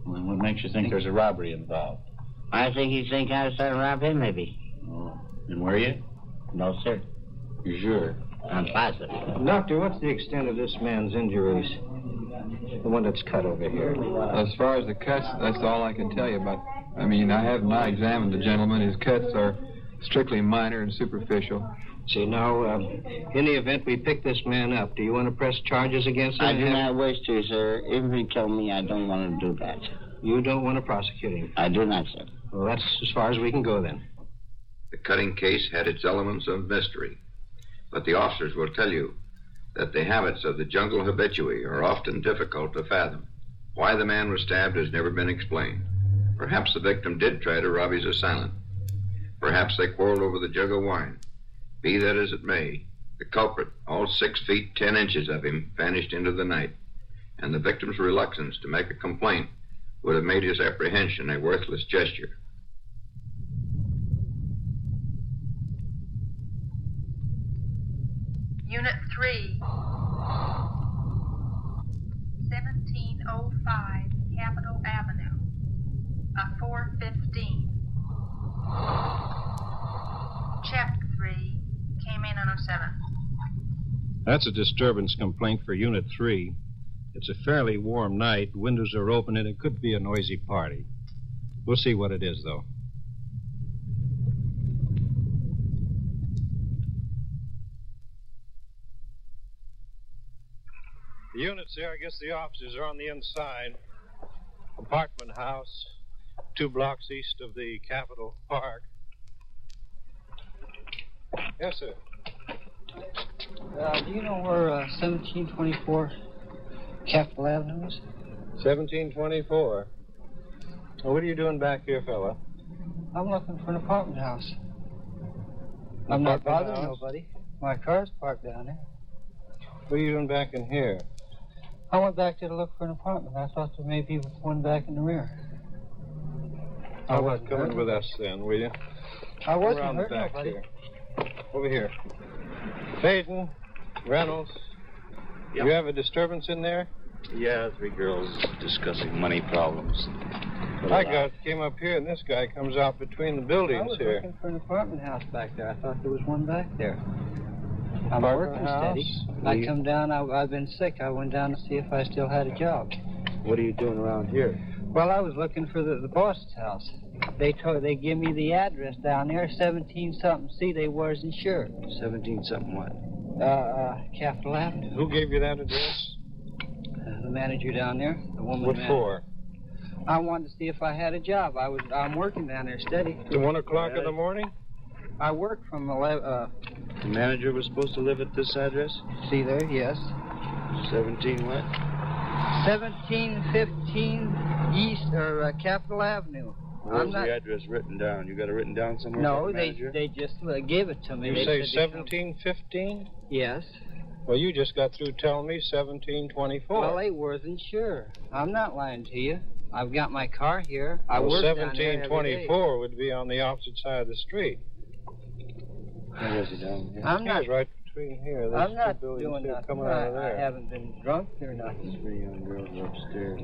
Speaker 16: Well, what makes you think there's a robbery involved?
Speaker 17: I think he think I was trying to rob him, maybe.
Speaker 16: And were you?
Speaker 17: Oh. No, sir.
Speaker 16: You sure?
Speaker 17: I'm positive.
Speaker 19: Doctor, what's the extent of this man's injuries? The one that's cut over here.
Speaker 20: As far as the cuts, that's all I can tell you about. I mean, I have not examined the gentleman. His cuts are strictly minor and superficial.
Speaker 19: See, now, um, in the event we pick this man up, do you want to press charges against him?
Speaker 17: I do not wish to, sir. If he killed me, I don't want to do that.
Speaker 19: You don't want to prosecute him?
Speaker 17: I do not, sir.
Speaker 19: Well, that's as far as we can go then.
Speaker 15: The cutting case had its elements of mystery, but the officers will tell you that the habits of the jungle habitue are often difficult to fathom. Why the man was stabbed has never been explained. Perhaps the victim did try to rob his assailant. Perhaps they quarreled over the jug of wine. Be that as it may, the culprit, all six feet ten inches of him, vanished into the night, and the victim's reluctance to make a complaint would have made his apprehension a worthless gesture.
Speaker 21: Unit 3. 1705 Capitol Avenue. A 415.
Speaker 13: oh
Speaker 21: Check 3. Came in 107.
Speaker 14: That's a disturbance complaint for Unit 3. It's a fairly warm night, windows are open, and it could be a noisy party. We'll see what it is, though. The units here, I guess the officers are on the inside. Apartment house, two blocks east of the Capitol Park. Yes, sir.
Speaker 1: Uh, do you know where uh, 1724 Capitol Avenue is?
Speaker 14: 1724. Well, what are you doing back here, fella?
Speaker 1: I'm looking for an apartment house. I'm not bothering
Speaker 14: Apartment house?
Speaker 1: nobody. My car's parked down there.
Speaker 14: What are you doing back in here?
Speaker 1: I went back there to look for an apartment. I thought there may be one back in the rear.
Speaker 14: How
Speaker 1: wasn't
Speaker 14: about coming
Speaker 1: hurt.
Speaker 14: with us then, will you?
Speaker 1: I
Speaker 14: Come
Speaker 1: wasn't
Speaker 14: around the
Speaker 1: hurt
Speaker 14: back
Speaker 1: nobody.
Speaker 14: here. Over here. Payton, Reynolds. You have a disturbance in there?
Speaker 22: Yeah, three girls discussing money problems.
Speaker 14: I got came up here and this guy comes out between the
Speaker 1: I
Speaker 14: buildings
Speaker 1: was
Speaker 14: here.
Speaker 1: looking for an apartment house back there. I thought there was one back there. I'm
Speaker 14: Apartment
Speaker 1: working
Speaker 14: house?
Speaker 1: steady. I come down. I, I've been sick. I went down to see if I still had a job.
Speaker 19: What are you doing around here?
Speaker 1: Well, I was looking for the, the boss's house. They told they give me the address down there, seventeen something. See, they wasn't sure.
Speaker 19: 17 something what?
Speaker 1: Uh, uh Capitol Avenue.
Speaker 14: Who gave you that address?
Speaker 1: Uh, the manager down there, the woman.
Speaker 14: What
Speaker 1: manager.
Speaker 14: for?
Speaker 1: I wanted to see if I had a job. I was I'm working down there steady.
Speaker 14: To one o'clock in the morning?
Speaker 1: I work from eleven. Uh,
Speaker 19: The manager was supposed to live at this address?
Speaker 1: see there, yes.
Speaker 19: 17 what?
Speaker 1: 1715 East or uh, Capitol Avenue.
Speaker 19: Where's
Speaker 1: I'm not.
Speaker 19: the address written down? You got it written down somewhere?
Speaker 1: No,
Speaker 19: by the
Speaker 1: they
Speaker 19: manager?
Speaker 1: they just uh, gave it to me.
Speaker 14: You
Speaker 1: They
Speaker 14: say
Speaker 1: said they come-
Speaker 14: 1715?
Speaker 1: Yes.
Speaker 14: Well, you just got through telling me 1724.
Speaker 1: Well, they wasn't sure. I'm not lying to you. I've got my car here. I
Speaker 14: Well,
Speaker 1: work down there every day.
Speaker 14: 1724 would be on the opposite side of the street.
Speaker 1: I'm not-
Speaker 14: He's right between here. There's
Speaker 1: I'm
Speaker 14: two
Speaker 1: not
Speaker 14: buildings
Speaker 1: doing
Speaker 14: here
Speaker 1: nothing.
Speaker 14: coming
Speaker 1: I,
Speaker 14: out of there.
Speaker 1: I haven't been drunk or nothing.
Speaker 19: Three young girls are upstairs.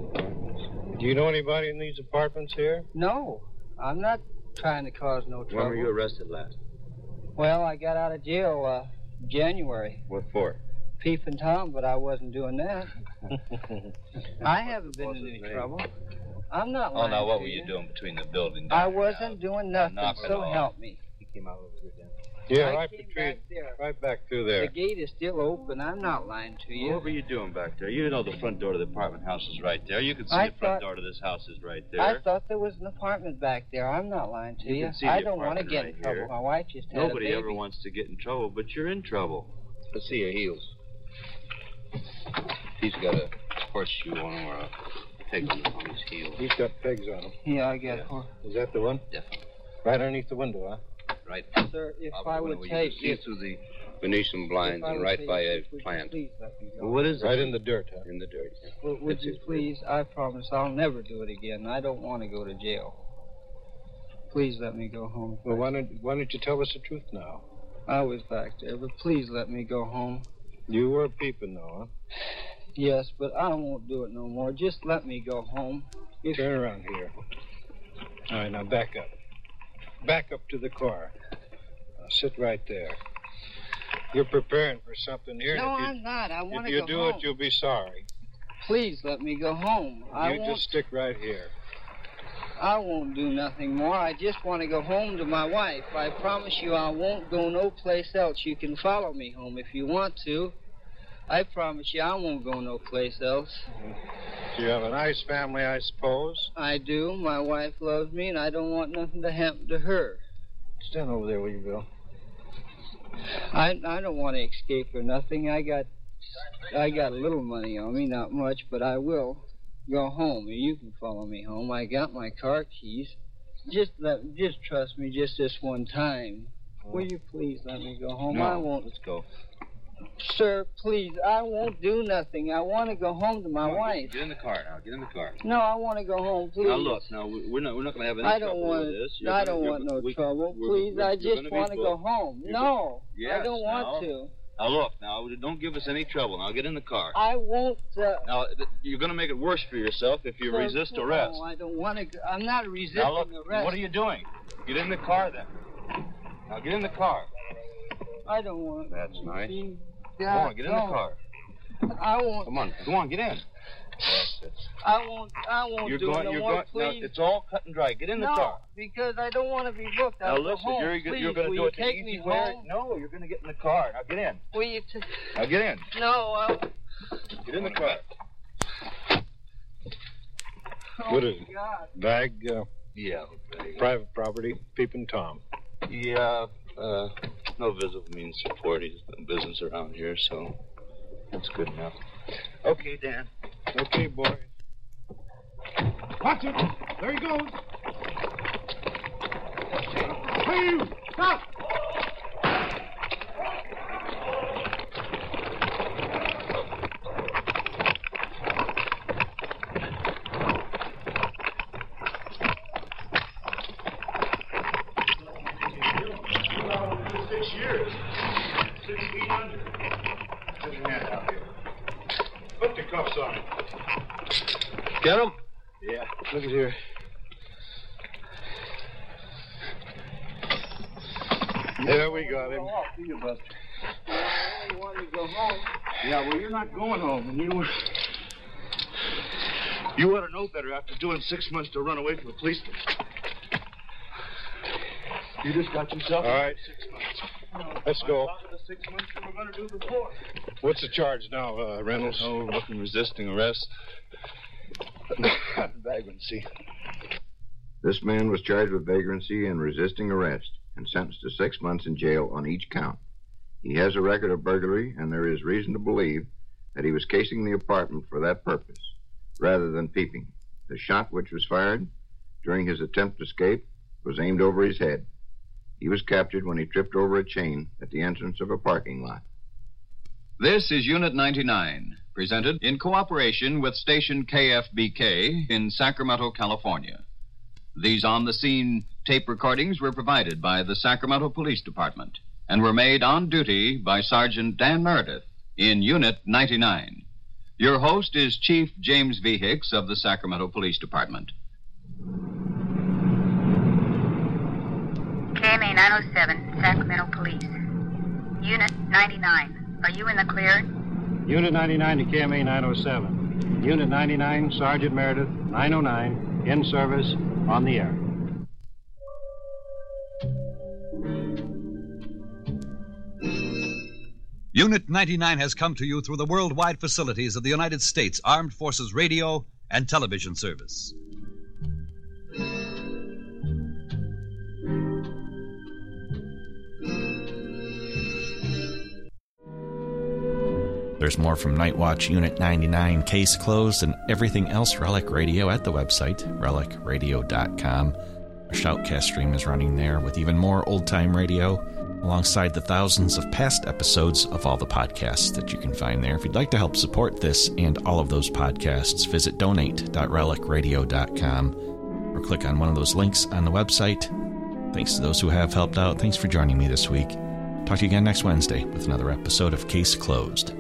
Speaker 14: Do you know anybody in these apartments here?
Speaker 1: No, I'm not trying to cause no trouble.
Speaker 19: When were you arrested last?
Speaker 1: Well, I got out of jail uh, January.
Speaker 19: What for?
Speaker 1: peeping Tom, but I wasn't doing that. I haven't been in any trouble. I'm not
Speaker 16: Oh,
Speaker 1: lying.
Speaker 16: now what
Speaker 1: to
Speaker 16: were you doing between the building?
Speaker 1: I wasn't doing nothing,
Speaker 16: Knock it
Speaker 1: so
Speaker 16: off.
Speaker 1: help me.
Speaker 16: He came out over here.
Speaker 14: Yeah,
Speaker 1: I
Speaker 14: right
Speaker 1: came
Speaker 14: between,
Speaker 1: back there.
Speaker 14: right back through there.
Speaker 1: The gate is still open. I'm not lying to you.
Speaker 16: What were you doing back there? You know the front door to the apartment house is right there. You can see
Speaker 1: I
Speaker 16: the front
Speaker 1: thought-
Speaker 16: door to this house is right there.
Speaker 1: I thought there was an apartment back there. I'm not lying to
Speaker 16: You
Speaker 1: you.
Speaker 16: can see
Speaker 1: I
Speaker 16: the
Speaker 1: don't want to
Speaker 16: apartment
Speaker 1: get
Speaker 16: right
Speaker 1: in trouble.
Speaker 16: here.
Speaker 1: My wife just had a
Speaker 16: Nobody
Speaker 1: baby.
Speaker 16: ever wants to get in trouble, but you're in trouble. Let's see your heels. He's got a horseshoe on him or a peg on on his heel.
Speaker 14: He's got pegs on him.
Speaker 1: Yeah, I got
Speaker 14: one. Is that the one?
Speaker 16: Yeah.
Speaker 14: Right underneath the window, huh?
Speaker 16: Right.
Speaker 1: Sir, if
Speaker 16: Probably
Speaker 1: I
Speaker 16: one
Speaker 1: would
Speaker 16: where
Speaker 1: take
Speaker 16: you can
Speaker 1: if-
Speaker 16: see through the Venetian blinds
Speaker 1: I
Speaker 16: and
Speaker 1: would
Speaker 16: right
Speaker 1: take
Speaker 16: by a
Speaker 1: this, would you
Speaker 16: plant.
Speaker 1: please let me go?
Speaker 16: What is it?
Speaker 1: Right
Speaker 14: in the dirt, huh?
Speaker 16: In the dirt. yeah.
Speaker 1: Would, would
Speaker 16: It's
Speaker 1: you please? I promise I'll never do it again. I don't want to go to jail. Please let me go home.
Speaker 14: Well, why don't, why don't you tell us the truth now?
Speaker 1: I was back there, but please let me go home.
Speaker 14: You were peeping, though,
Speaker 1: Yes, but I won't do it no more. Just let me go home.
Speaker 14: huh? Turn around here. All right, now back up. Back up to the car. Now sit right there. You're preparing for something here. and
Speaker 1: no,
Speaker 14: if you,
Speaker 1: I'm not. I
Speaker 14: If
Speaker 1: want to
Speaker 14: you
Speaker 1: go
Speaker 14: do
Speaker 1: home.
Speaker 14: it, you'll be sorry.
Speaker 1: Please let me go home. I
Speaker 14: you
Speaker 1: won't.
Speaker 14: just stick right here.
Speaker 1: I won't do nothing more. I just want to go home to my wife. I promise you, I won't go no place else. You can follow me home if you want to. I promise you, I won't go no place else.
Speaker 14: Mm-hmm. You have a nice family, I suppose.
Speaker 1: I do. My wife loves me, and I don't want nothing to happen to her.
Speaker 14: Stand over there, will you, Bill?
Speaker 1: I I don't want to escape or nothing. I got I got a little money on me, not much, but I will go home. You can follow me home. I got my car keys. Just let just trust me, just this one time. Will you please let me go home?
Speaker 16: No,
Speaker 1: I won't,
Speaker 16: Let's go.
Speaker 1: sir. Please, I won't do nothing. I want to go home to my
Speaker 16: Come on,
Speaker 1: wife.
Speaker 16: get- Get in the car now. Get in the car.
Speaker 1: No, I want to go home, please.
Speaker 16: Now look, now we- we're not we're not going to have any
Speaker 1: I don't
Speaker 16: trouble
Speaker 1: want.
Speaker 16: with this.
Speaker 1: I don't want no trouble. Please, I just want to go home. no,
Speaker 16: Yes,
Speaker 1: I don't
Speaker 16: no.
Speaker 1: want to.
Speaker 16: Now look, now don't give us any trouble. Now get in the car.
Speaker 1: I won't. Uh,
Speaker 16: Now th- you're going to make it worse for yourself if you
Speaker 1: Sir,
Speaker 16: resist
Speaker 1: no,
Speaker 16: arrest.
Speaker 1: I don't want to. I'm not resisting
Speaker 16: Now look,
Speaker 1: arrest.
Speaker 16: what are you doing? Get in the car then. Now get in the car.
Speaker 1: I don't want.
Speaker 16: That's nice.
Speaker 1: Come
Speaker 16: Come on, get in the car.
Speaker 1: I won't.
Speaker 16: Come on, come on, get in.
Speaker 1: I won't. I won't
Speaker 16: You're
Speaker 1: do
Speaker 16: going,
Speaker 1: it no
Speaker 16: you're
Speaker 1: more.
Speaker 16: going. Now,
Speaker 1: please.
Speaker 16: it's all cut and dry. Get in the
Speaker 1: no,
Speaker 16: car.
Speaker 1: because I don't want to be booked.
Speaker 16: Now
Speaker 1: I'll go
Speaker 16: listen,
Speaker 1: home.
Speaker 16: you're,
Speaker 1: please,
Speaker 16: you're going to
Speaker 1: will
Speaker 16: do
Speaker 1: you
Speaker 16: it the
Speaker 1: take
Speaker 16: easy
Speaker 1: me
Speaker 16: way.
Speaker 1: home?
Speaker 16: No, you're going to get in the car. Now get in.
Speaker 1: Will you t-
Speaker 16: Now get in.
Speaker 1: No, I.
Speaker 16: Get in the car.
Speaker 1: Oh
Speaker 14: What is it?
Speaker 1: my God.
Speaker 14: Bag, uh,
Speaker 16: Yeah.
Speaker 14: private property, peeping Tom.
Speaker 16: Yeah. Uh, no visible means of support. He's no business around here, so that's good enough. Okay, Dan.
Speaker 14: Okay, boy.
Speaker 23: Watch it. There he goes. Hey, you. Stop.
Speaker 11: Six years. Six feet under. Put your hand out here. Put the cuffs on him.
Speaker 14: Get him?
Speaker 11: Yeah.
Speaker 14: Look at here. There we got him.
Speaker 1: I want to go home.
Speaker 11: Yeah, well, you're not going home, and you were. You ought to know better after doing six months to run away from the policeman. You just got yourself.
Speaker 14: All right. Let's go.
Speaker 11: The six months you were going to do before.
Speaker 14: What's the charge now, uh, Reynolds?
Speaker 16: Oh, looking resisting arrest. Vagrancy.
Speaker 15: This man was charged with vagrancy and resisting arrest and sentenced to six months in jail on each count. He has a record of burglary, and there is reason to believe that he was casing the apartment for that purpose rather than peeping. The shot which was fired during his attempt to escape was aimed over his head. He was captured when he tripped over a chain at the entrance of a parking lot.
Speaker 24: This is Unit 99, presented in cooperation with Station KFBK in Sacramento, California. These on the scene tape recordings were provided by the Sacramento Police Department and were made on duty by Sergeant Dan Meredith in Unit 99. Your host is Chief James V. Hicks of the Sacramento Police Department.
Speaker 13: KMA 907, Sacramento Police. Unit 99, are you in the clear?
Speaker 14: Unit 99 to KMA 907. Unit 99, Sergeant Meredith, 909, in service, on the air.
Speaker 3: Unit 99 has come to you through the worldwide facilities of the United States Armed Forces Radio and Television Service.
Speaker 25: There's more from Night Watch Unit 99 Case Closed and everything else Relic Radio at the website, relicradio.com. Our shoutcast stream is running there with even more old time radio, alongside the thousands of past episodes of all the podcasts that you can find there. If you'd like to help support this and all of those podcasts, visit donate.relicradio.com or click on one of those links on the website. Thanks to those who have helped out. Thanks for joining me this week. Talk to you again next Wednesday with another episode of Case Closed.